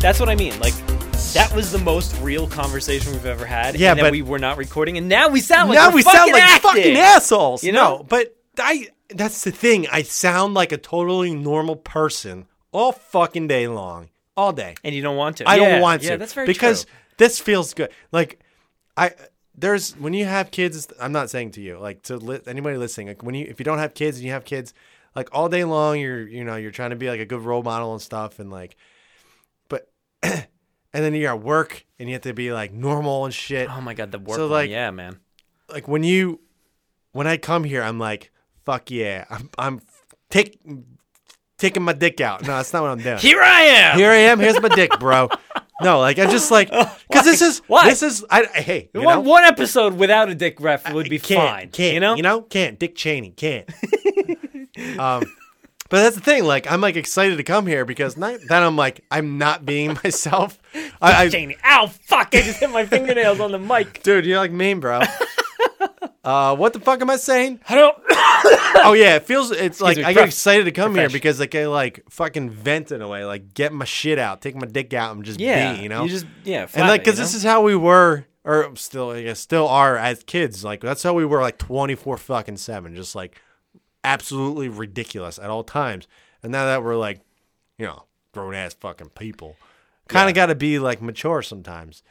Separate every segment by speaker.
Speaker 1: That's what I mean. Like that was the most real conversation we've ever had.
Speaker 2: Yeah,
Speaker 1: and then
Speaker 2: but-
Speaker 1: we were not recording, and now we sound like
Speaker 2: now
Speaker 1: we're
Speaker 2: we sound like
Speaker 1: acting.
Speaker 2: fucking assholes.
Speaker 1: You
Speaker 2: You
Speaker 1: know?
Speaker 2: know, but I that's the thing. I sound like a totally normal person all fucking day long, all day.
Speaker 1: And you don't want to.
Speaker 2: I
Speaker 1: Yeah,
Speaker 2: don't want
Speaker 1: yeah,
Speaker 2: to.
Speaker 1: that's very
Speaker 2: because
Speaker 1: true.
Speaker 2: this feels good. Like I there's when you have kids. I'm not saying to you, like to li- anybody listening. Like when you if you don't have kids and you have kids, like all day long, you're you know you're trying to be like a good role model and stuff, and like, but and then you're at work and you have to be like normal and shit.
Speaker 1: Oh my god, the work.
Speaker 2: So,
Speaker 1: one.
Speaker 2: like-
Speaker 1: yeah, man.
Speaker 2: Like when you when I come here, I'm like, fuck yeah, I'm I'm take taking my dick out. No, that's not what I'm doing.
Speaker 1: Here I am.
Speaker 2: Here I am. Here's my dick, bro. No, like I just like because this is
Speaker 1: Why?
Speaker 2: this is I I- hey you
Speaker 1: one,
Speaker 2: know?
Speaker 1: one episode without a dick ref would be
Speaker 2: can't,
Speaker 1: fine.
Speaker 2: Can't
Speaker 1: you know?
Speaker 2: you know can't Dick Cheney can't. um, but that's the thing. Like I'm like excited to come here because not, then I'm like I'm not being myself. I, I
Speaker 1: Cheney. Ow, fuck! I just hit my fingernails on the mic.
Speaker 2: dude, you're like mean, bro. Uh, what the fuck am I saying?
Speaker 1: I don't.
Speaker 2: Oh yeah, it feels it's like
Speaker 1: me,
Speaker 2: I get
Speaker 1: prof-
Speaker 2: excited to come here
Speaker 1: profession.
Speaker 2: because like I like fucking vent in a way, like get my shit out, take my dick out, and just
Speaker 1: Yeah,
Speaker 2: be, you know.
Speaker 1: you just yeah.
Speaker 2: and like because this is how we were or still i guess still are as kids like that's how we were like 24 fucking 7 just like absolutely ridiculous at all times and now that we're like you know grown ass fucking people kind of got to be like mature sometimes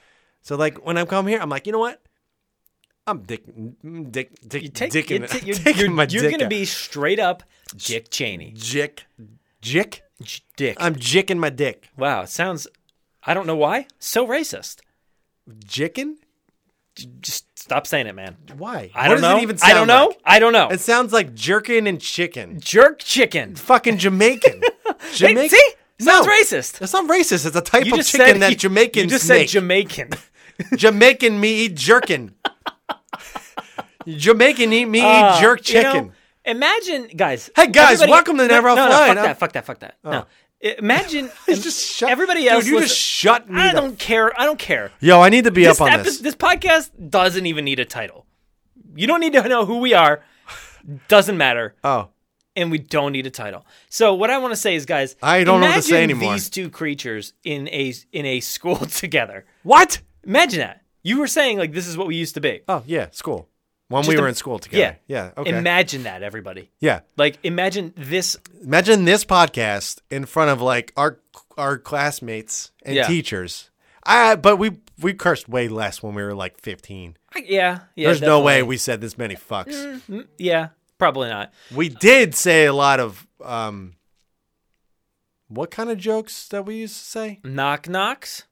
Speaker 2: so like when i come here i'm like you know what i'm dick mm, dick dick
Speaker 1: you take.
Speaker 2: dick
Speaker 1: you take- you're you're, you're gonna be straight up Dick Cheney.
Speaker 2: jick jick
Speaker 1: J- Dick.
Speaker 2: i'm jicking my dick
Speaker 1: wow, it sounds. I don't know why so racist.
Speaker 2: jicking
Speaker 1: Just stop saying it, man.
Speaker 2: why
Speaker 1: I
Speaker 2: what
Speaker 1: don't
Speaker 2: does
Speaker 1: know.
Speaker 2: it even
Speaker 1: I don't
Speaker 2: sound
Speaker 1: know.
Speaker 2: like?
Speaker 1: I don't know.
Speaker 2: It sounds like jerkin and chicken.
Speaker 1: jerk chicken.
Speaker 2: Fucking Jamaican. Jamaican.
Speaker 1: see? Sounds racist.
Speaker 2: It's not racist. It's a type
Speaker 1: You
Speaker 2: of
Speaker 1: just
Speaker 2: chicken
Speaker 1: said
Speaker 2: that
Speaker 1: you-
Speaker 2: Jamaicans
Speaker 1: You just
Speaker 2: make.
Speaker 1: said Jamaican.
Speaker 2: Jamaican me eat jerkin. Jamaican eat me
Speaker 1: Uh,
Speaker 2: eat jerk
Speaker 1: you know,
Speaker 2: chicken.
Speaker 1: imagine, guys.
Speaker 2: Hey, guys,
Speaker 1: everybody-
Speaker 2: welcome to
Speaker 1: no,
Speaker 2: Never
Speaker 1: no, no,
Speaker 2: Offline.
Speaker 1: fuck
Speaker 2: I'm- Oh.
Speaker 1: that. Fuck that. Fuck that. No. I- Imagine
Speaker 2: You just shut-
Speaker 1: everybody
Speaker 2: Dude,
Speaker 1: else.
Speaker 2: you
Speaker 1: listen-
Speaker 2: just shut me.
Speaker 1: I
Speaker 2: the-
Speaker 1: don't care. I don't care.
Speaker 2: Yo, I need to be up on
Speaker 1: epi-
Speaker 2: this.
Speaker 1: this podcast doesn't even need a title. You don't need to know who we are. Doesn't matter.
Speaker 2: Oh,
Speaker 1: and we don't need a title. So what I want to say is, guys,
Speaker 2: I don't know what to say
Speaker 1: imagine
Speaker 2: anymore.
Speaker 1: These two creatures in a in a school together.
Speaker 2: what?
Speaker 1: Imagine that. You were saying like this is what we used to be.
Speaker 2: Oh yeah, school. When we
Speaker 1: Just
Speaker 2: were
Speaker 1: im-
Speaker 2: in school together. Yeah. okay.
Speaker 1: Imagine that, everybody.
Speaker 2: yeah.
Speaker 1: Like imagine this.
Speaker 2: Imagine this podcast in front of like our our classmates and
Speaker 1: Yeah.
Speaker 2: teachers. I but we we cursed way less when we were like 15.
Speaker 1: I- Yeah, yeah.
Speaker 2: There's no way
Speaker 1: definitely. Mm.
Speaker 2: we said this many fucks.
Speaker 1: Yeah, probably not.
Speaker 2: We did say a lot of um what kind of jokes that we used to say?
Speaker 1: Knock knocks.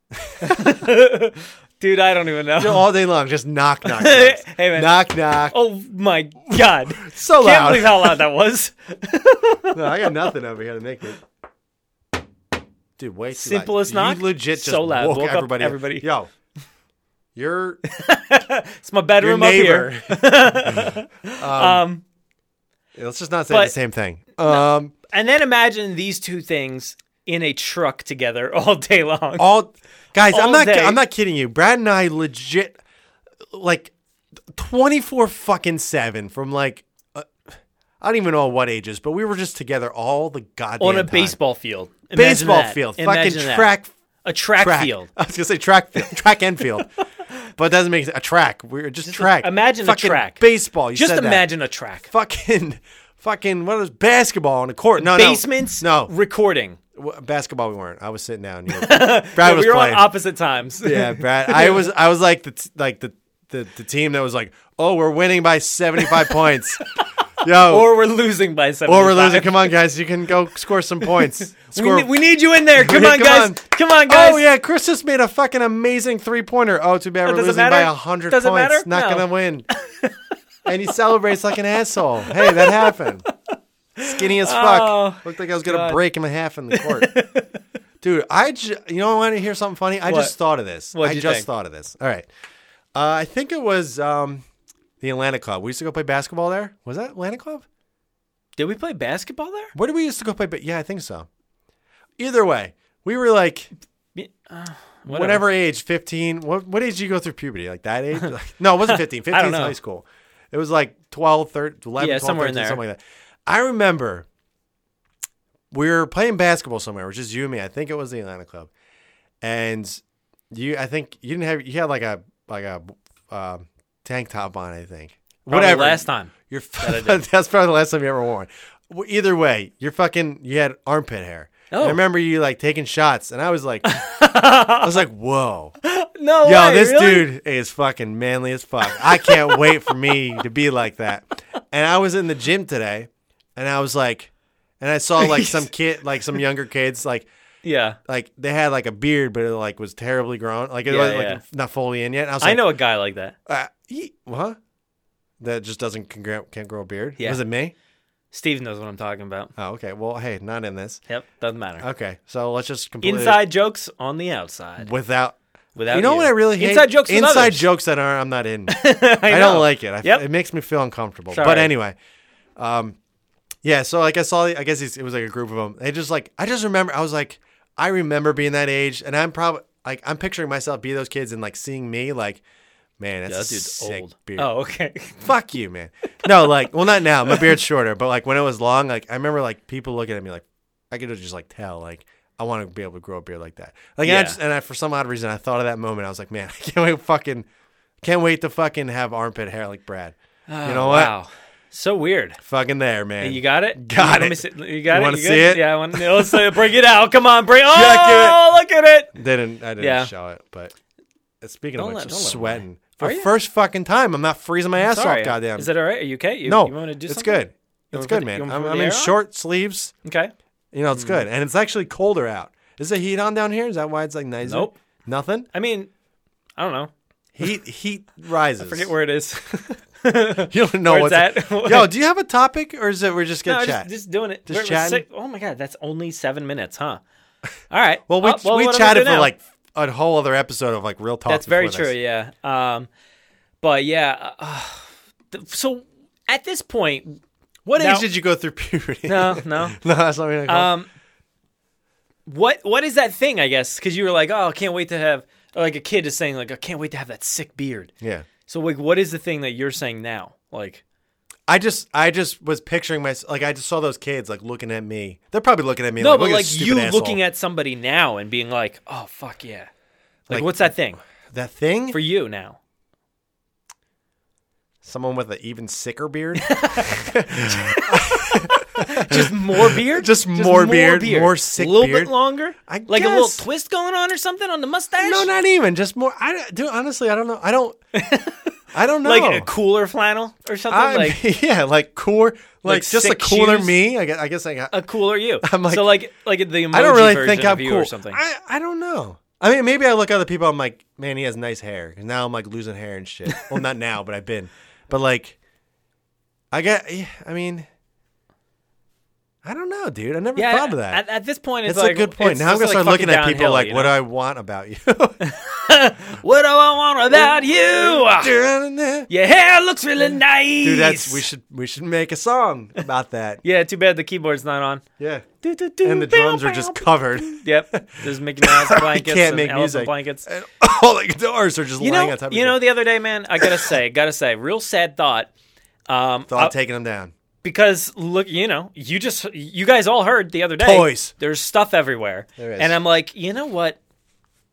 Speaker 1: Dude, I don't even know.
Speaker 2: All day long, just knock knock. jokes.
Speaker 1: Mm. Hey, man.
Speaker 2: Knock knock.
Speaker 1: Oh my god!
Speaker 2: so
Speaker 1: Can't
Speaker 2: loud.
Speaker 1: believe how loud that was.
Speaker 2: No, I got nothing over here to make it. Dude, way too
Speaker 1: Simplest
Speaker 2: loud.
Speaker 1: knock,
Speaker 2: You legit just
Speaker 1: so loud.
Speaker 2: woke,
Speaker 1: Woke up
Speaker 2: everybody. up.
Speaker 1: everybody.
Speaker 2: Yo, you're
Speaker 1: It's my
Speaker 2: your
Speaker 1: bedroom up here.
Speaker 2: neighbor.
Speaker 1: Um,
Speaker 2: Let's just not say
Speaker 1: But-
Speaker 2: the same thing. Um,
Speaker 1: and then imagine these two things in a truck together all day long.
Speaker 2: all guys,
Speaker 1: All
Speaker 2: I'm not.
Speaker 1: day.
Speaker 2: I'm not kidding you. Brad and I legit like 24 fucking seven from like uh, I don't even know what ages, but we were just together all the goddamn
Speaker 1: on a
Speaker 2: time.
Speaker 1: baseball field. Imagine
Speaker 2: baseball
Speaker 1: that.
Speaker 2: field,
Speaker 1: Imagine
Speaker 2: fucking
Speaker 1: that.
Speaker 2: track,
Speaker 1: a track,
Speaker 2: track
Speaker 1: field.
Speaker 2: I was gonna say track field, track and field. But it doesn't make sense. A track. We We're just, track.
Speaker 1: imagine a
Speaker 2: Fucking
Speaker 1: track.
Speaker 2: Baseball. You
Speaker 1: Just
Speaker 2: said that.
Speaker 1: imagine a track.
Speaker 2: Fucking, fucking. What is basketball on a court? No,
Speaker 1: Basements.
Speaker 2: No, no.
Speaker 1: recording.
Speaker 2: W- basketball we weren't. I was sitting down. You were, Brad was
Speaker 1: we were
Speaker 2: playing.
Speaker 1: on opposite times.
Speaker 2: yeah, Brad. I was I was like the t- like the, the the team that was like, oh, we're winning by seventy five points. Yo, or,
Speaker 1: or we're losing by seven.
Speaker 2: we're losing. Come on, guys, you can go score some points.
Speaker 1: We,
Speaker 2: Score.
Speaker 1: ne- we need you in there. Come on,
Speaker 2: Come
Speaker 1: guys.
Speaker 2: on.
Speaker 1: Come on, guys.
Speaker 2: Oh yeah, Chris just made a fucking amazing three pointer. Oh, too bad we're
Speaker 1: doesn't
Speaker 2: losing by
Speaker 1: matter.
Speaker 2: by hundred points.
Speaker 1: Doesn't matter?
Speaker 2: Not
Speaker 1: No.
Speaker 2: gonna win. and he celebrates like an asshole. Hey, that happened. Skinny as fuck.
Speaker 1: Oh,
Speaker 2: Looked like I was gonna break him in half in the court. Dude, I ju- you know I want to hear something funny. I
Speaker 1: What?
Speaker 2: just thought of this.
Speaker 1: What'd
Speaker 2: I
Speaker 1: you
Speaker 2: just
Speaker 1: think?
Speaker 2: thought of this. All right, uh, I think it was um, the Atlanta Club. We used to go play basketball there. Was that Atlanta Club?
Speaker 1: Did we play basketball there?
Speaker 2: Where did we used to go play? But yeah, I think so. Either way, we were like
Speaker 1: Whatever.
Speaker 2: whatever age, 15. What, what age did you go through puberty? Like that age? Like- no, it wasn't 15. 15 is
Speaker 1: know.
Speaker 2: high school. It was like 12, 13, 11,
Speaker 1: Yeah,
Speaker 2: 12,
Speaker 1: somewhere in
Speaker 2: 13,
Speaker 1: there.
Speaker 2: something like that. I remember we were playing basketball somewhere, which is you and me. I think it was the Atlanta Club. and you I think you didn't have you had like a like a um tank top on I think
Speaker 1: Probably
Speaker 2: whatever
Speaker 1: Last time.
Speaker 2: You're that's probably the last time you ever wore one. Well, Either way, you're fucking you had armpit hair. And
Speaker 1: Oh.
Speaker 2: I remember you like taking shots, and I was like, I was like, whoa,
Speaker 1: No
Speaker 2: yo,
Speaker 1: way,
Speaker 2: this
Speaker 1: really?
Speaker 2: dude is fucking manly as fuck. I can't wait for me to be like that. And I was in the gym today, and I was like, and I saw like some kid, like some younger kids, like
Speaker 1: Yeah.
Speaker 2: like they had like a beard, but it like was terribly grown, like it
Speaker 1: Yeah,
Speaker 2: was like
Speaker 1: yeah.
Speaker 2: not fully in yet. And I was
Speaker 1: I
Speaker 2: like,
Speaker 1: know a guy like that.
Speaker 2: uh, ye- huh? That just doesn't can grow, can't grow a beard.
Speaker 1: Yeah.
Speaker 2: Was it me?
Speaker 1: Steve knows what I'm talking about.
Speaker 2: Oh, okay. Well, hey, not in this.
Speaker 1: Yep. Doesn't matter.
Speaker 2: Okay, so let's just completely
Speaker 1: Inside jokes on the outside.
Speaker 2: without.
Speaker 1: Without
Speaker 2: you know what I really hate?
Speaker 1: Inside jokes. with
Speaker 2: Inside
Speaker 1: others.
Speaker 2: jokes that are I'm not in.
Speaker 1: I,
Speaker 2: I,
Speaker 1: know.
Speaker 2: don't like it. I,
Speaker 1: Yep.
Speaker 2: It makes me feel uncomfortable. But
Speaker 1: Sorry.
Speaker 2: anyway, um, yeah. So like I saw, I guess it's- it was like a group of them. They just like I just remember. I was like, I remember being that age, and I'm probably like I'm picturing myself be those kids and like seeing me like, man, that's
Speaker 1: Yeah,
Speaker 2: a
Speaker 1: that dude's
Speaker 2: sick
Speaker 1: old.
Speaker 2: beard.
Speaker 1: Oh, okay.
Speaker 2: Fuck you, man. No, like, well, not now. My beard's shorter, but like when it was long, like I remember like people looking at me like I could just like tell like I want to be able to grow a beard like that. Like and I
Speaker 1: Yeah.
Speaker 2: just and I for some odd reason I thought of that moment. I was like, man, I can't wait fucking can't wait to fucking have armpit hair like Brad. you know what?
Speaker 1: Oh, Wow. So weird.
Speaker 2: Fucking there, man.
Speaker 1: You got it.
Speaker 2: Got
Speaker 1: Let
Speaker 2: it.
Speaker 1: me see- you got
Speaker 2: You
Speaker 1: it.
Speaker 2: wanna
Speaker 1: good?
Speaker 2: see it?
Speaker 1: Yeah. I want. no, Let's uh, bring it out. Come on, bring.
Speaker 2: it.
Speaker 1: Oh, look at it.
Speaker 2: didn't I didn't
Speaker 1: Yeah.
Speaker 2: show it, but uh, speaking
Speaker 1: Don't
Speaker 2: of
Speaker 1: let-
Speaker 2: which, I'm
Speaker 1: don't let it
Speaker 2: sweating. For
Speaker 1: Are
Speaker 2: the
Speaker 1: you?
Speaker 2: first fucking time, I'm not freezing my ass
Speaker 1: Sorry.
Speaker 2: off, goddamn.
Speaker 1: Is that all right? Are you okay? You,
Speaker 2: no,
Speaker 1: You want to do
Speaker 2: it's
Speaker 1: something?
Speaker 2: good.
Speaker 1: You wanna
Speaker 2: It's
Speaker 1: put
Speaker 2: good,
Speaker 1: the- you
Speaker 2: man.
Speaker 1: wanna
Speaker 2: I'm,
Speaker 1: put
Speaker 2: I'm
Speaker 1: the
Speaker 2: in
Speaker 1: air on?
Speaker 2: short sleeves.
Speaker 1: Okay.
Speaker 2: You know, it's good.
Speaker 1: Mm.
Speaker 2: And it's actually colder out. Is the heat on down here? Is that why it's like nicer?
Speaker 1: Nope.
Speaker 2: Nothing?
Speaker 1: I mean, I don't know.
Speaker 2: Heat heat rises.
Speaker 1: Forget where it is.
Speaker 2: you don't know
Speaker 1: where
Speaker 2: what's
Speaker 1: it's at.
Speaker 2: Yo, do you have a topic or is it we're just gonna
Speaker 1: no,
Speaker 2: chat?
Speaker 1: just, just doing it.
Speaker 2: Just
Speaker 1: We're- we're
Speaker 2: chatting?
Speaker 1: sick- Oh my god, that's only seven minutes, huh? All right.
Speaker 2: well we
Speaker 1: Uh, what am I
Speaker 2: we
Speaker 1: gonna
Speaker 2: chatted
Speaker 1: do
Speaker 2: for
Speaker 1: now?
Speaker 2: like a whole other episode of like real talk.
Speaker 1: That's very
Speaker 2: before
Speaker 1: true.
Speaker 2: this.
Speaker 1: Yeah. Um, but yeah. Uh, th- so at this point,
Speaker 2: What
Speaker 1: Now-
Speaker 2: age did you go through puberty?
Speaker 1: no, no.
Speaker 2: no, that's not what I'm gonna call it.
Speaker 1: Um, what what is that thing? I guess because you were like, oh, I can't wait to have or like a kid is saying like, I can't wait to have that sick beard.
Speaker 2: Yeah.
Speaker 1: So like, what is the thing that you're saying now? Like,
Speaker 2: I just I just was picturing myself like I just saw those kids like looking at me. They're probably looking at me
Speaker 1: no,
Speaker 2: like,
Speaker 1: but
Speaker 2: "Look at
Speaker 1: like
Speaker 2: this
Speaker 1: you
Speaker 2: stupid asshole."
Speaker 1: looking at somebody now and being like, oh fuck yeah. Like,
Speaker 2: Like-
Speaker 1: what's that thing
Speaker 2: that thing?
Speaker 1: for you now?
Speaker 2: Someone with an even sicker beard?
Speaker 1: Just more beard?
Speaker 2: Just more beard, more sick
Speaker 1: A little
Speaker 2: beard.
Speaker 1: bit longer?
Speaker 2: I
Speaker 1: like a little
Speaker 2: guess.
Speaker 1: twist going on or something on the mustache?
Speaker 2: No, not even. Just more. I do honestly. I don't know. I don't. I don't know.
Speaker 1: Like a cooler flannel or something?
Speaker 2: I-
Speaker 1: like
Speaker 2: yeah, like cooler, like,
Speaker 1: like
Speaker 2: just a
Speaker 1: sick
Speaker 2: cooler
Speaker 1: shoes?
Speaker 2: me. I guess. I guess I. Got,
Speaker 1: a cooler you.
Speaker 2: I'm like-
Speaker 1: so like like the emoji
Speaker 2: I don't really
Speaker 1: version
Speaker 2: think
Speaker 1: of
Speaker 2: I'm
Speaker 1: you
Speaker 2: cool.
Speaker 1: or something.
Speaker 2: I I don't know. I mean, maybe I look at other people. I'm like, man, he has nice hair. 'Cause now I'm like losing hair and shit. well, not now, but I've been. But like, I got. yeah, I mean, I don't know, dude. I never
Speaker 1: yeah,
Speaker 2: thought of that.
Speaker 1: At, at this point, it's
Speaker 2: That's
Speaker 1: like,
Speaker 2: a good point.
Speaker 1: it's
Speaker 2: Now I'm
Speaker 1: just,
Speaker 2: gonna
Speaker 1: like,
Speaker 2: start
Speaker 1: fucking
Speaker 2: looking at
Speaker 1: downhill,
Speaker 2: people like,
Speaker 1: you
Speaker 2: what do
Speaker 1: know?
Speaker 2: I want about you?
Speaker 1: what do I want about you? Your hair looks really nice.
Speaker 2: Dude, that's we should we should make a song about that.
Speaker 1: Yeah, too bad the keyboard's not on.
Speaker 2: Yeah.
Speaker 1: Do, do, do,
Speaker 2: And the
Speaker 1: bow,
Speaker 2: drums are
Speaker 1: bow,
Speaker 2: just
Speaker 1: bow.
Speaker 2: covered.
Speaker 1: Yep, there's Mickey Mouse blankets
Speaker 2: can't
Speaker 1: and
Speaker 2: make
Speaker 1: elephant
Speaker 2: music.
Speaker 1: blankets.
Speaker 2: And all the guitars are just
Speaker 1: You
Speaker 2: lying
Speaker 1: know,
Speaker 2: on top of
Speaker 1: you
Speaker 2: each
Speaker 1: know.
Speaker 2: other.
Speaker 1: The other day, man, I gotta say, gotta say, real sad thought. Um,
Speaker 2: Thought
Speaker 1: uh,
Speaker 2: taking them down.
Speaker 1: because look, you know, you just you guys all heard the other day.
Speaker 2: Toys.
Speaker 1: There's stuff everywhere,
Speaker 2: There is.
Speaker 1: and I'm like, you know what?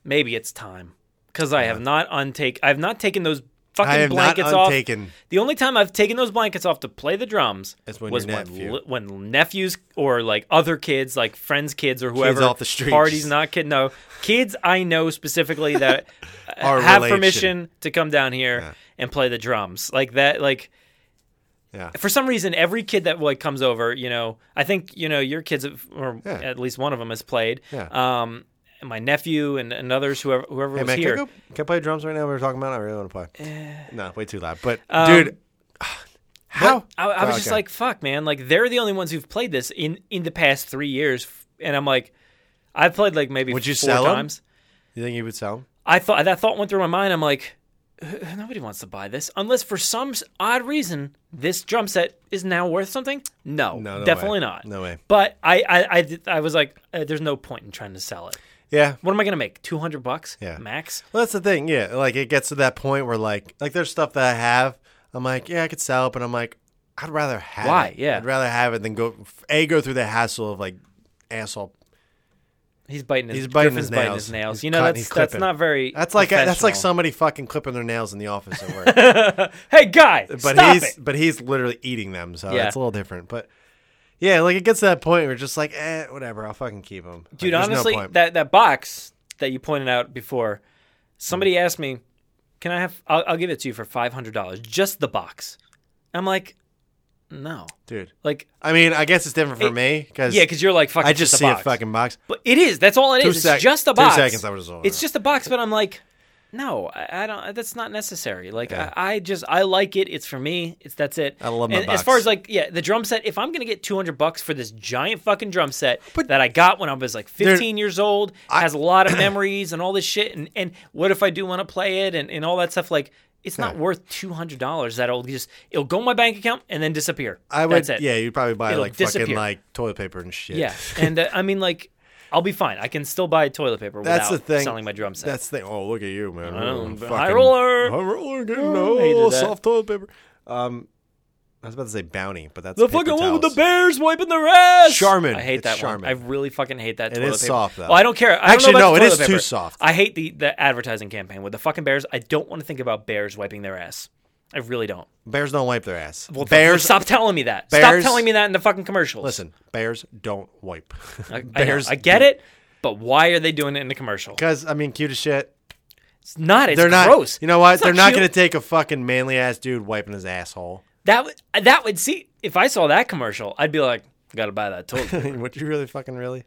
Speaker 1: Maybe it's time because I have not untake. I've not taken those fucking
Speaker 2: I am not
Speaker 1: blankets off.
Speaker 2: untaken.
Speaker 1: The only time I've taken those blankets off to play the drums
Speaker 2: That's when
Speaker 1: was
Speaker 2: your
Speaker 1: when,
Speaker 2: nephew-
Speaker 1: li- when nephews or like other kids, like friends' kids or whoever,
Speaker 2: off the street.
Speaker 1: parties not kid, no kids I know specifically that
Speaker 2: Our
Speaker 1: have
Speaker 2: relation.
Speaker 1: permission to come down here and play the drums like that. Like
Speaker 2: Yeah.
Speaker 1: for some reason, every kid that like comes over, you know, I think you know your kids, have, or
Speaker 2: Yeah.
Speaker 1: at least one of them has played.
Speaker 2: Yeah.
Speaker 1: Um, and my nephew and, and others, whoever whoever
Speaker 2: Hey
Speaker 1: was
Speaker 2: man, can I,
Speaker 1: here. Eh.
Speaker 2: go, can I play drums right now? We were talking about. it? I really want to play. no, way too loud. But
Speaker 1: Um,
Speaker 2: dude, how?
Speaker 1: I, I was
Speaker 2: Oh,
Speaker 1: just
Speaker 2: okay.
Speaker 1: like, fuck, man. Like they're the only ones who've played this in in the past three years, and I'm like, I've played like maybe
Speaker 2: Would you
Speaker 1: four
Speaker 2: sell 'em?
Speaker 1: times.
Speaker 2: you think you would sell? 'em?
Speaker 1: I thought that thought went through my mind. I'm like, nobody wants to buy this unless for some s- odd reason this drum set is now worth something. No,
Speaker 2: No, no
Speaker 1: definitely
Speaker 2: way.
Speaker 1: not.
Speaker 2: No way.
Speaker 1: But I I, I, did- I was like, uh, there's no point in trying to sell it.
Speaker 2: Yeah.
Speaker 1: What am I gonna make? Two hundred bucks,
Speaker 2: Yeah.
Speaker 1: max.
Speaker 2: Well, that's the thing. Yeah, like it gets to that point where like like there's stuff that I have. I'm like, yeah, I could sell it, but I'm like, I'd rather have.
Speaker 1: Why?
Speaker 2: It.
Speaker 1: Yeah.
Speaker 2: I'd rather have it than go a go through the hassle of like asshole
Speaker 1: He's biting his
Speaker 2: He's biting
Speaker 1: Griffin's
Speaker 2: his
Speaker 1: biting his
Speaker 2: nails.
Speaker 1: nails.
Speaker 2: He's
Speaker 1: you know
Speaker 2: cutting-
Speaker 1: that's
Speaker 2: he's
Speaker 1: that's
Speaker 2: clipping.
Speaker 1: not very.
Speaker 2: That's like that's like
Speaker 1: professional.
Speaker 2: somebody fucking clipping their nails in the office at work.
Speaker 1: Hey guy,
Speaker 2: but
Speaker 1: stop
Speaker 2: he's
Speaker 1: it.
Speaker 2: but he's literally eating them, so
Speaker 1: Yeah.
Speaker 2: it's a little different. But yeah, like it gets to that point where it's just like, eh, whatever, I'll fucking keep them.
Speaker 1: Dude, honestly, that that box that you pointed out before, somebody
Speaker 2: Hmm.
Speaker 1: asked me, "Can I have? I'll, I'll give it to you for five hundred dollars, just the box." I'm like, no,
Speaker 2: dude.
Speaker 1: like
Speaker 2: I mean, I guess it's different for
Speaker 1: It-
Speaker 2: me because
Speaker 1: yeah, because you're like fucking.
Speaker 2: I just
Speaker 1: just
Speaker 2: see
Speaker 1: a
Speaker 2: a,
Speaker 1: box.
Speaker 2: fucking box.
Speaker 1: But it is. That's all it
Speaker 2: Two
Speaker 1: is.
Speaker 2: sec-
Speaker 1: it's just a
Speaker 2: two
Speaker 1: box.
Speaker 2: seconds, I was all
Speaker 1: It's
Speaker 2: right.
Speaker 1: just a box, but I'm like, no, I, I don't. That's not necessary. Like, I, I just I like it. It's for me. It's that's it.
Speaker 2: I love my
Speaker 1: and As
Speaker 2: box.
Speaker 1: far as like, yeah, the drum set. If I'm gonna get 200 bucks for this giant fucking drum set that I got when I was like 15 years old, has a lot of memories and all this shit. And and what if I do want to play it and and all that stuff? Like, it's not worth 200 dollars. That'll just it'll go in my bank account and then disappear.
Speaker 2: I would,
Speaker 1: That's it.
Speaker 2: yeah, you'd probably buy
Speaker 1: It'll
Speaker 2: like fucking
Speaker 1: disappear.
Speaker 2: like toilet paper and shit.
Speaker 1: Yeah, and uh, I mean, like, I'll be fine. I can still buy toilet paper
Speaker 2: That's
Speaker 1: without
Speaker 2: the thing.
Speaker 1: selling my drum set.
Speaker 2: That's the thing. Oh, look at you, man.
Speaker 1: know.
Speaker 2: Oh,
Speaker 1: High roller.
Speaker 2: High roller getting
Speaker 1: Oh, hated
Speaker 2: all
Speaker 1: that.
Speaker 2: soft toilet paper. Um, I was about to say bounty, but that's
Speaker 1: the
Speaker 2: paper
Speaker 1: fucking one with the
Speaker 2: towels.
Speaker 1: bears wiping their ass.
Speaker 2: Charmin.
Speaker 1: I hate
Speaker 2: It's
Speaker 1: that
Speaker 2: Charmin.
Speaker 1: one. I really fucking hate that.
Speaker 2: It
Speaker 1: toilet
Speaker 2: is
Speaker 1: paper.
Speaker 2: soft, though.
Speaker 1: Well, I don't care. I don't
Speaker 2: Actually,
Speaker 1: know about
Speaker 2: no,
Speaker 1: the
Speaker 2: it
Speaker 1: toilet
Speaker 2: is too
Speaker 1: paper.
Speaker 2: soft.
Speaker 1: I hate the the advertising campaign with the fucking bears. I don't want to think about bears wiping their ass. I really don't.
Speaker 2: Bears don't wipe their ass.
Speaker 1: Well,
Speaker 2: bears.
Speaker 1: Stop telling me that. Stop
Speaker 2: bears-
Speaker 1: telling me that in the fucking commercials.
Speaker 2: Listen, bears don't wipe.
Speaker 1: I,
Speaker 2: bears.
Speaker 1: I, know. I get it, but why are they doing it in the commercial?
Speaker 2: Because I mean, cute as shit.
Speaker 1: It's not. It's
Speaker 2: They're not.
Speaker 1: gross.
Speaker 2: You know what?
Speaker 1: It's
Speaker 2: They're not
Speaker 1: cute.
Speaker 2: going to take a fucking manly ass dude wiping his asshole.
Speaker 1: That would that would see if I saw that commercial, I'd be like, gotta buy that toilet. paper."
Speaker 2: Would you really fucking really?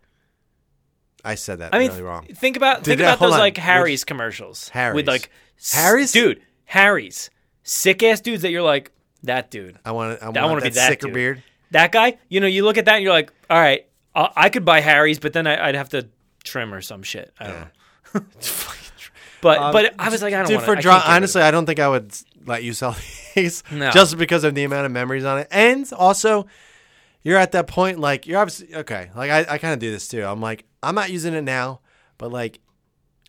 Speaker 2: I said that
Speaker 1: I mean,
Speaker 2: really wrong.
Speaker 1: think about think
Speaker 2: that-
Speaker 1: about
Speaker 2: hold
Speaker 1: those
Speaker 2: on.
Speaker 1: like
Speaker 2: Which-
Speaker 1: Harry's commercials.
Speaker 2: Harry's.
Speaker 1: with like s-
Speaker 2: Harry's?
Speaker 1: dude, Harry's sick ass dudes that you're like that dude,
Speaker 2: I want. I want,
Speaker 1: I want to be
Speaker 2: that
Speaker 1: that
Speaker 2: sicker
Speaker 1: dude.
Speaker 2: beard.
Speaker 1: that guy. You know, you look at that and you're like, all right, I, I could buy Harry's, but then I, I'd have to trim or some shit. I don't know. But but I was like, I don't
Speaker 2: Um, Dude,
Speaker 1: wanna-
Speaker 2: for
Speaker 1: I
Speaker 2: drum,
Speaker 1: can't get rid of
Speaker 2: honestly, I don't think I would s- let you sell these
Speaker 1: No.
Speaker 2: just because of the amount of memories on it. And also, you're at that point, like, you're obviously okay. Like, I, I kind of do this too. I'm like, I'm not using it now, but like,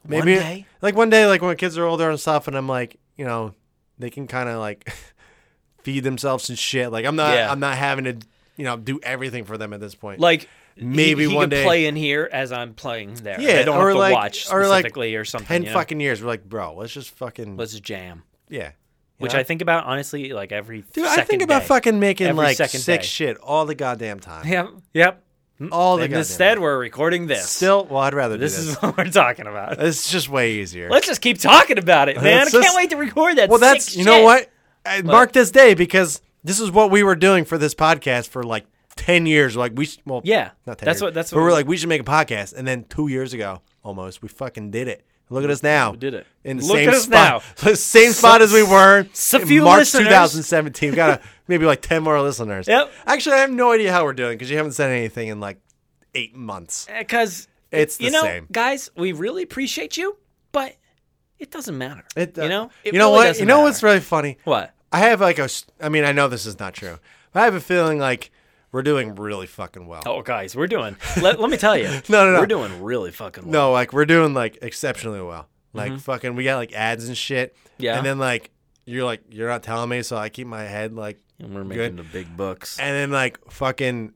Speaker 2: maybe,
Speaker 1: day?
Speaker 2: like, one day, like, when kids are older and stuff, and I'm like, you know, they can kind of like feed themselves and shit. Like, I'm not,
Speaker 1: Yeah.
Speaker 2: I'm not having to, you know, do everything for them at this point.
Speaker 1: it. like
Speaker 2: Maybe
Speaker 1: he, he
Speaker 2: one
Speaker 1: could
Speaker 2: day.
Speaker 1: play in here as I'm playing there.
Speaker 2: Yeah,
Speaker 1: I don't
Speaker 2: or
Speaker 1: have to
Speaker 2: like-
Speaker 1: watch
Speaker 2: or like
Speaker 1: specifically or something.
Speaker 2: 10
Speaker 1: you know?
Speaker 2: fucking years. We're like, bro, let's just fucking,
Speaker 1: let's jam.
Speaker 2: yeah. You
Speaker 1: Which
Speaker 2: know?
Speaker 1: I think about honestly, like every
Speaker 2: Dude,
Speaker 1: second
Speaker 2: I think about
Speaker 1: day.
Speaker 2: fucking making
Speaker 1: Every
Speaker 2: like
Speaker 1: second
Speaker 2: sick
Speaker 1: day.
Speaker 2: shit all the goddamn time.
Speaker 1: Yep, yep.
Speaker 2: All the
Speaker 1: And
Speaker 2: goddamn
Speaker 1: instead,
Speaker 2: time.
Speaker 1: we're recording this.
Speaker 2: still, well, I'd rather
Speaker 1: this
Speaker 2: do
Speaker 1: is
Speaker 2: this.
Speaker 1: what we're talking about.
Speaker 2: It's just way easier.
Speaker 1: Let's just keep talking about it, man.
Speaker 2: Let's
Speaker 1: I can't
Speaker 2: just-
Speaker 1: wait to record that.
Speaker 2: well, that's
Speaker 1: sick
Speaker 2: you know
Speaker 1: shit.
Speaker 2: what? I mark this day because this is what we were doing for this podcast for like ten years. Like we, sh- well,
Speaker 1: Yeah,
Speaker 2: not ten.
Speaker 1: that's
Speaker 2: years,
Speaker 1: what- that's
Speaker 2: But
Speaker 1: what
Speaker 2: we're
Speaker 1: we-
Speaker 2: like, we should make a podcast, and then two years ago, almost, we fucking did it. Look at us now. We
Speaker 1: did it.
Speaker 2: in the
Speaker 1: Look
Speaker 2: same
Speaker 1: at us
Speaker 2: spot, the same spot as we were
Speaker 1: s- a
Speaker 2: in
Speaker 1: few
Speaker 2: March
Speaker 1: listeners.
Speaker 2: 2017. We got a, maybe like ten more listeners.
Speaker 1: Yep.
Speaker 2: Actually, I have no idea how we're doing because you haven't said anything in like eight months.
Speaker 1: Because
Speaker 2: It's
Speaker 1: Uh,
Speaker 2: the
Speaker 1: you know,
Speaker 2: same.
Speaker 1: guys, we really appreciate you, but it doesn't matter.
Speaker 2: It, uh,
Speaker 1: you know, It
Speaker 2: you know
Speaker 1: really
Speaker 2: what?
Speaker 1: doesn't
Speaker 2: You know
Speaker 1: matter.
Speaker 2: what's really funny?
Speaker 1: what?
Speaker 2: I have like a. s- I mean, I know this is not true, but I have a feeling like we're doing really fucking well.
Speaker 1: Oh, guys, we're doing. Let, let me tell you,
Speaker 2: No, no, no.
Speaker 1: we're doing really fucking well.
Speaker 2: No, like we're doing like exceptionally well. Like fucking, we got like ads and shit.
Speaker 1: Mm-hmm. Yeah.
Speaker 2: And then like you're like you're not telling me, so I keep my head like.
Speaker 1: and we're making the big bucks.
Speaker 2: And then like fucking,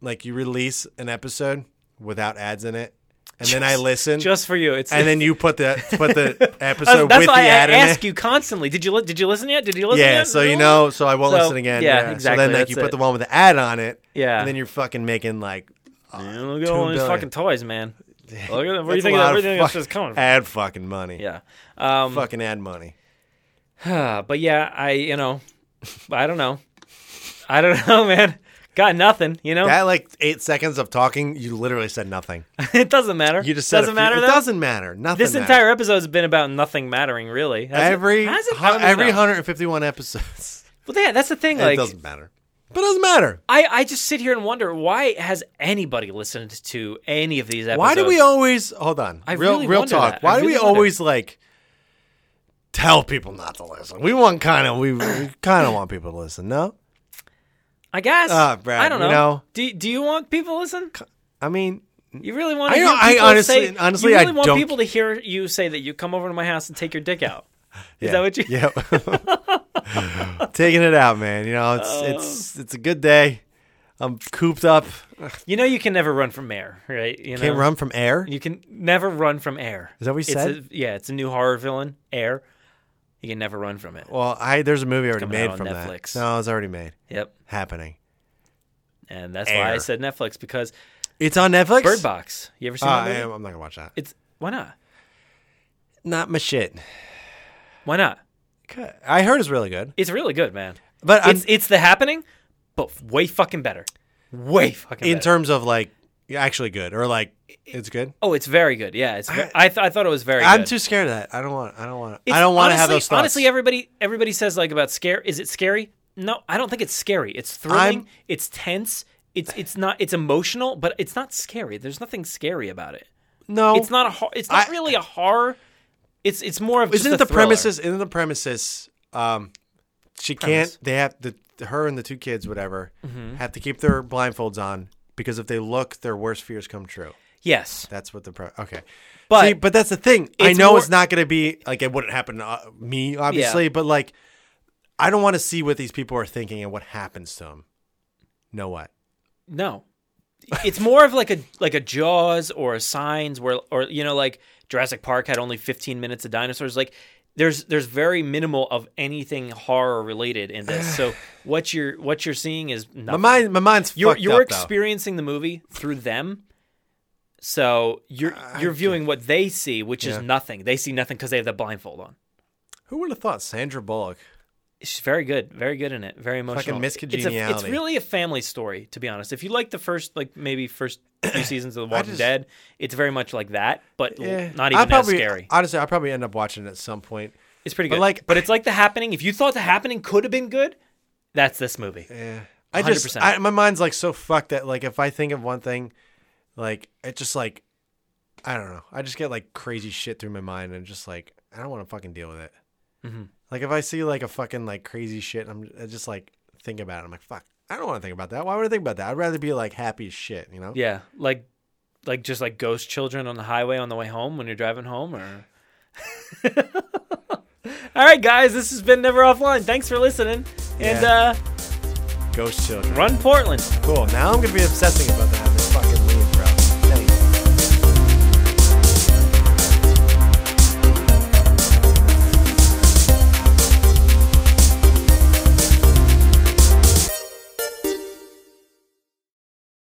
Speaker 2: like you release an episode without ads in it, and then I listen,
Speaker 1: Just for you, it's
Speaker 2: and then you put the put the
Speaker 1: That's-
Speaker 2: episode
Speaker 1: that's
Speaker 2: with the
Speaker 1: why I
Speaker 2: ad in it.
Speaker 1: ask you constantly. Did you li- did you listen yet? Did you listen yet?
Speaker 2: Yeah, so you know, so I won't
Speaker 1: So,
Speaker 2: listen again.
Speaker 1: yeah,
Speaker 2: Yeah,
Speaker 1: exactly,
Speaker 2: So then, like,
Speaker 1: that's
Speaker 2: you put
Speaker 1: it.
Speaker 2: the one with the ad on it.
Speaker 1: Yeah.
Speaker 2: and then you're fucking making like. uh,
Speaker 1: Man, look at
Speaker 2: Two
Speaker 1: all these
Speaker 2: billion.
Speaker 1: fucking toys, man. Look at where do you
Speaker 2: that's a
Speaker 1: think
Speaker 2: lot
Speaker 1: that, where
Speaker 2: of
Speaker 1: do you think that's
Speaker 2: fuck-
Speaker 1: just coming from?
Speaker 2: Ad fucking money.
Speaker 1: Yeah. Um,
Speaker 2: Fucking ad money.
Speaker 1: but yeah, I you know, I don't know, I don't know, man. Got nothing, you know.
Speaker 2: That like eight seconds of talking, you literally said nothing.
Speaker 1: it doesn't matter.
Speaker 2: You just said a
Speaker 1: doesn't
Speaker 2: few-
Speaker 1: matter.
Speaker 2: It
Speaker 1: though?
Speaker 2: doesn't matter. Nothing.
Speaker 1: This
Speaker 2: matters.
Speaker 1: entire episode's been about nothing mattering, really. Has it-
Speaker 2: every
Speaker 1: has it? I
Speaker 2: hu-
Speaker 1: don't even
Speaker 2: every
Speaker 1: know.
Speaker 2: 151 episodes,
Speaker 1: Well, yeah, that's the thing.
Speaker 2: it
Speaker 1: Like,
Speaker 2: doesn't matter. But it doesn't matter.
Speaker 1: I I just sit here and wonder why has anybody listened to any of these episodes?
Speaker 2: Why do we always hold on?
Speaker 1: I
Speaker 2: real
Speaker 1: really
Speaker 2: real
Speaker 1: wonder
Speaker 2: talk.
Speaker 1: that. I
Speaker 2: Why do
Speaker 1: really
Speaker 2: we
Speaker 1: wonder.
Speaker 2: always like tell people not to listen? We want kind of we, we kind of want people to listen. No,
Speaker 1: I guess.
Speaker 2: Ah, Brad,
Speaker 1: I don't
Speaker 2: you
Speaker 1: know.
Speaker 2: know.
Speaker 1: Do Do you want people to listen?
Speaker 2: I mean
Speaker 1: You really want
Speaker 2: I
Speaker 1: to hear
Speaker 2: don't- I
Speaker 1: people
Speaker 2: honestly-
Speaker 1: say,
Speaker 2: honestly,
Speaker 1: you
Speaker 2: I
Speaker 1: really want
Speaker 2: don't-
Speaker 1: people to hear you say that you come over to my house and take your dick out. Is
Speaker 2: Yeah.
Speaker 1: that what you? Oh.
Speaker 2: Yep. Taking it out, man. You know, it's it's it's a good day. I'm cooped up.
Speaker 1: You know you can never run from air, right? You know?
Speaker 2: Can't run from air.
Speaker 1: You can never run from air.
Speaker 2: Is that what you
Speaker 1: It's
Speaker 2: said?
Speaker 1: a- yeah, it's a new horror villain, Air. You can never run from it.
Speaker 2: Well, I there's a movie already
Speaker 1: coming
Speaker 2: made
Speaker 1: out on
Speaker 2: from
Speaker 1: Netflix.
Speaker 2: that. No, it's already made.
Speaker 1: Yep.
Speaker 2: Happening.
Speaker 1: And that's why I
Speaker 2: Air.
Speaker 1: said Netflix because
Speaker 2: It's on Netflix.
Speaker 1: Bird Box. You ever
Speaker 2: Uh,
Speaker 1: seen that
Speaker 2: I
Speaker 1: movie?
Speaker 2: am. I'm not gonna watch that.
Speaker 1: It's why not?
Speaker 2: Not my shit.
Speaker 1: Why not?
Speaker 2: Okay. I heard it's really good,
Speaker 1: It's really good, man.
Speaker 2: but I'm,
Speaker 1: it's it's the happening, but way fucking better. Way fucking
Speaker 2: in
Speaker 1: better.
Speaker 2: terms of like actually good or like it's good.
Speaker 1: oh, it's very good. Yeah, it's. Ve- I th- I thought it was very.
Speaker 2: I'm
Speaker 1: good.
Speaker 2: too scared of that. I don't want. I don't want.
Speaker 1: It's-
Speaker 2: I don't want to have
Speaker 1: honestly-
Speaker 2: those thoughts.
Speaker 1: Honestly, everybody everybody says like about scare. Is it scary? No, I don't think it's scary. It's thrilling.
Speaker 2: I'm-
Speaker 1: it's tense. It's it's not. It's emotional, but it's not scary. There's nothing scary about it.
Speaker 2: no.
Speaker 1: It's not a. hor- It's not
Speaker 2: I-
Speaker 1: really a horror. It's it's more of
Speaker 2: Isn't
Speaker 1: just
Speaker 2: it
Speaker 1: a
Speaker 2: the
Speaker 1: thriller.
Speaker 2: premises? Isn't the premises? Um, she
Speaker 1: Premise. Mm-hmm.
Speaker 2: can't. They have the her and the two kids, whatever, have to keep their blindfolds on because if they look, their worst fears come true.
Speaker 1: Yes,
Speaker 2: That's what the pre- okay.
Speaker 1: But-
Speaker 2: But but that's the thing. I
Speaker 1: It's
Speaker 2: know
Speaker 1: more-
Speaker 2: it's not going to be like it wouldn't happen to uh, me, obviously. But like, I don't want to see what these people are thinking and what happens to them. Know what?
Speaker 1: no. It's more of like a like a Jaws or a Signs where or you know like Jurassic Park had only 15 minutes of dinosaurs. Like there's there's very minimal of anything horror related in this. So what you're what you're seeing is
Speaker 2: My
Speaker 1: nothing.
Speaker 2: mind, my mind's
Speaker 1: you're
Speaker 2: fucked
Speaker 1: you're
Speaker 2: up, though.
Speaker 1: experiencing the movie through them. So you're you're viewing what they see, which is
Speaker 2: Yeah.
Speaker 1: nothing. They see nothing because they have the blindfold on.
Speaker 2: Who would have thought Sandra Bullock?
Speaker 1: She's very good, very good in it, very emotional.
Speaker 2: Miss
Speaker 1: it's, a, it's
Speaker 2: Congeniality.
Speaker 1: really a family story, to be honest. If you like the first, like maybe first few seasons of The Walking
Speaker 2: just-
Speaker 1: Dead, it's very much like that, but l-
Speaker 2: Eh,
Speaker 1: not even
Speaker 2: I'll probably,
Speaker 1: as scary.
Speaker 2: Honestly, I'll probably end up watching it at some point.
Speaker 1: it's pretty
Speaker 2: but
Speaker 1: good.
Speaker 2: like-
Speaker 1: but it's like The Happening. If you thought The Happening could have been good, that's this movie.
Speaker 2: I just
Speaker 1: 100%.
Speaker 2: I, my mind's like so fucked that like if I think of one thing, like it just like I don't know. I just get like crazy shit through my mind and just like I don't want to fucking deal with it. Like if I see like a fucking like crazy shit, I'm I just like think about it. I'm like fuck. I don't want to think about that. Why would I think about that? I'd rather be like happy as shit, you know?
Speaker 1: Yeah, like like just like ghost children on the highway on the way home when you're driving home, or. All right, guys, this has been Never Offline. Thanks for listening, and uh,
Speaker 2: Yeah. Ghost children.
Speaker 1: run Portland.
Speaker 2: Cool. Now I'm gonna be obsessing about that.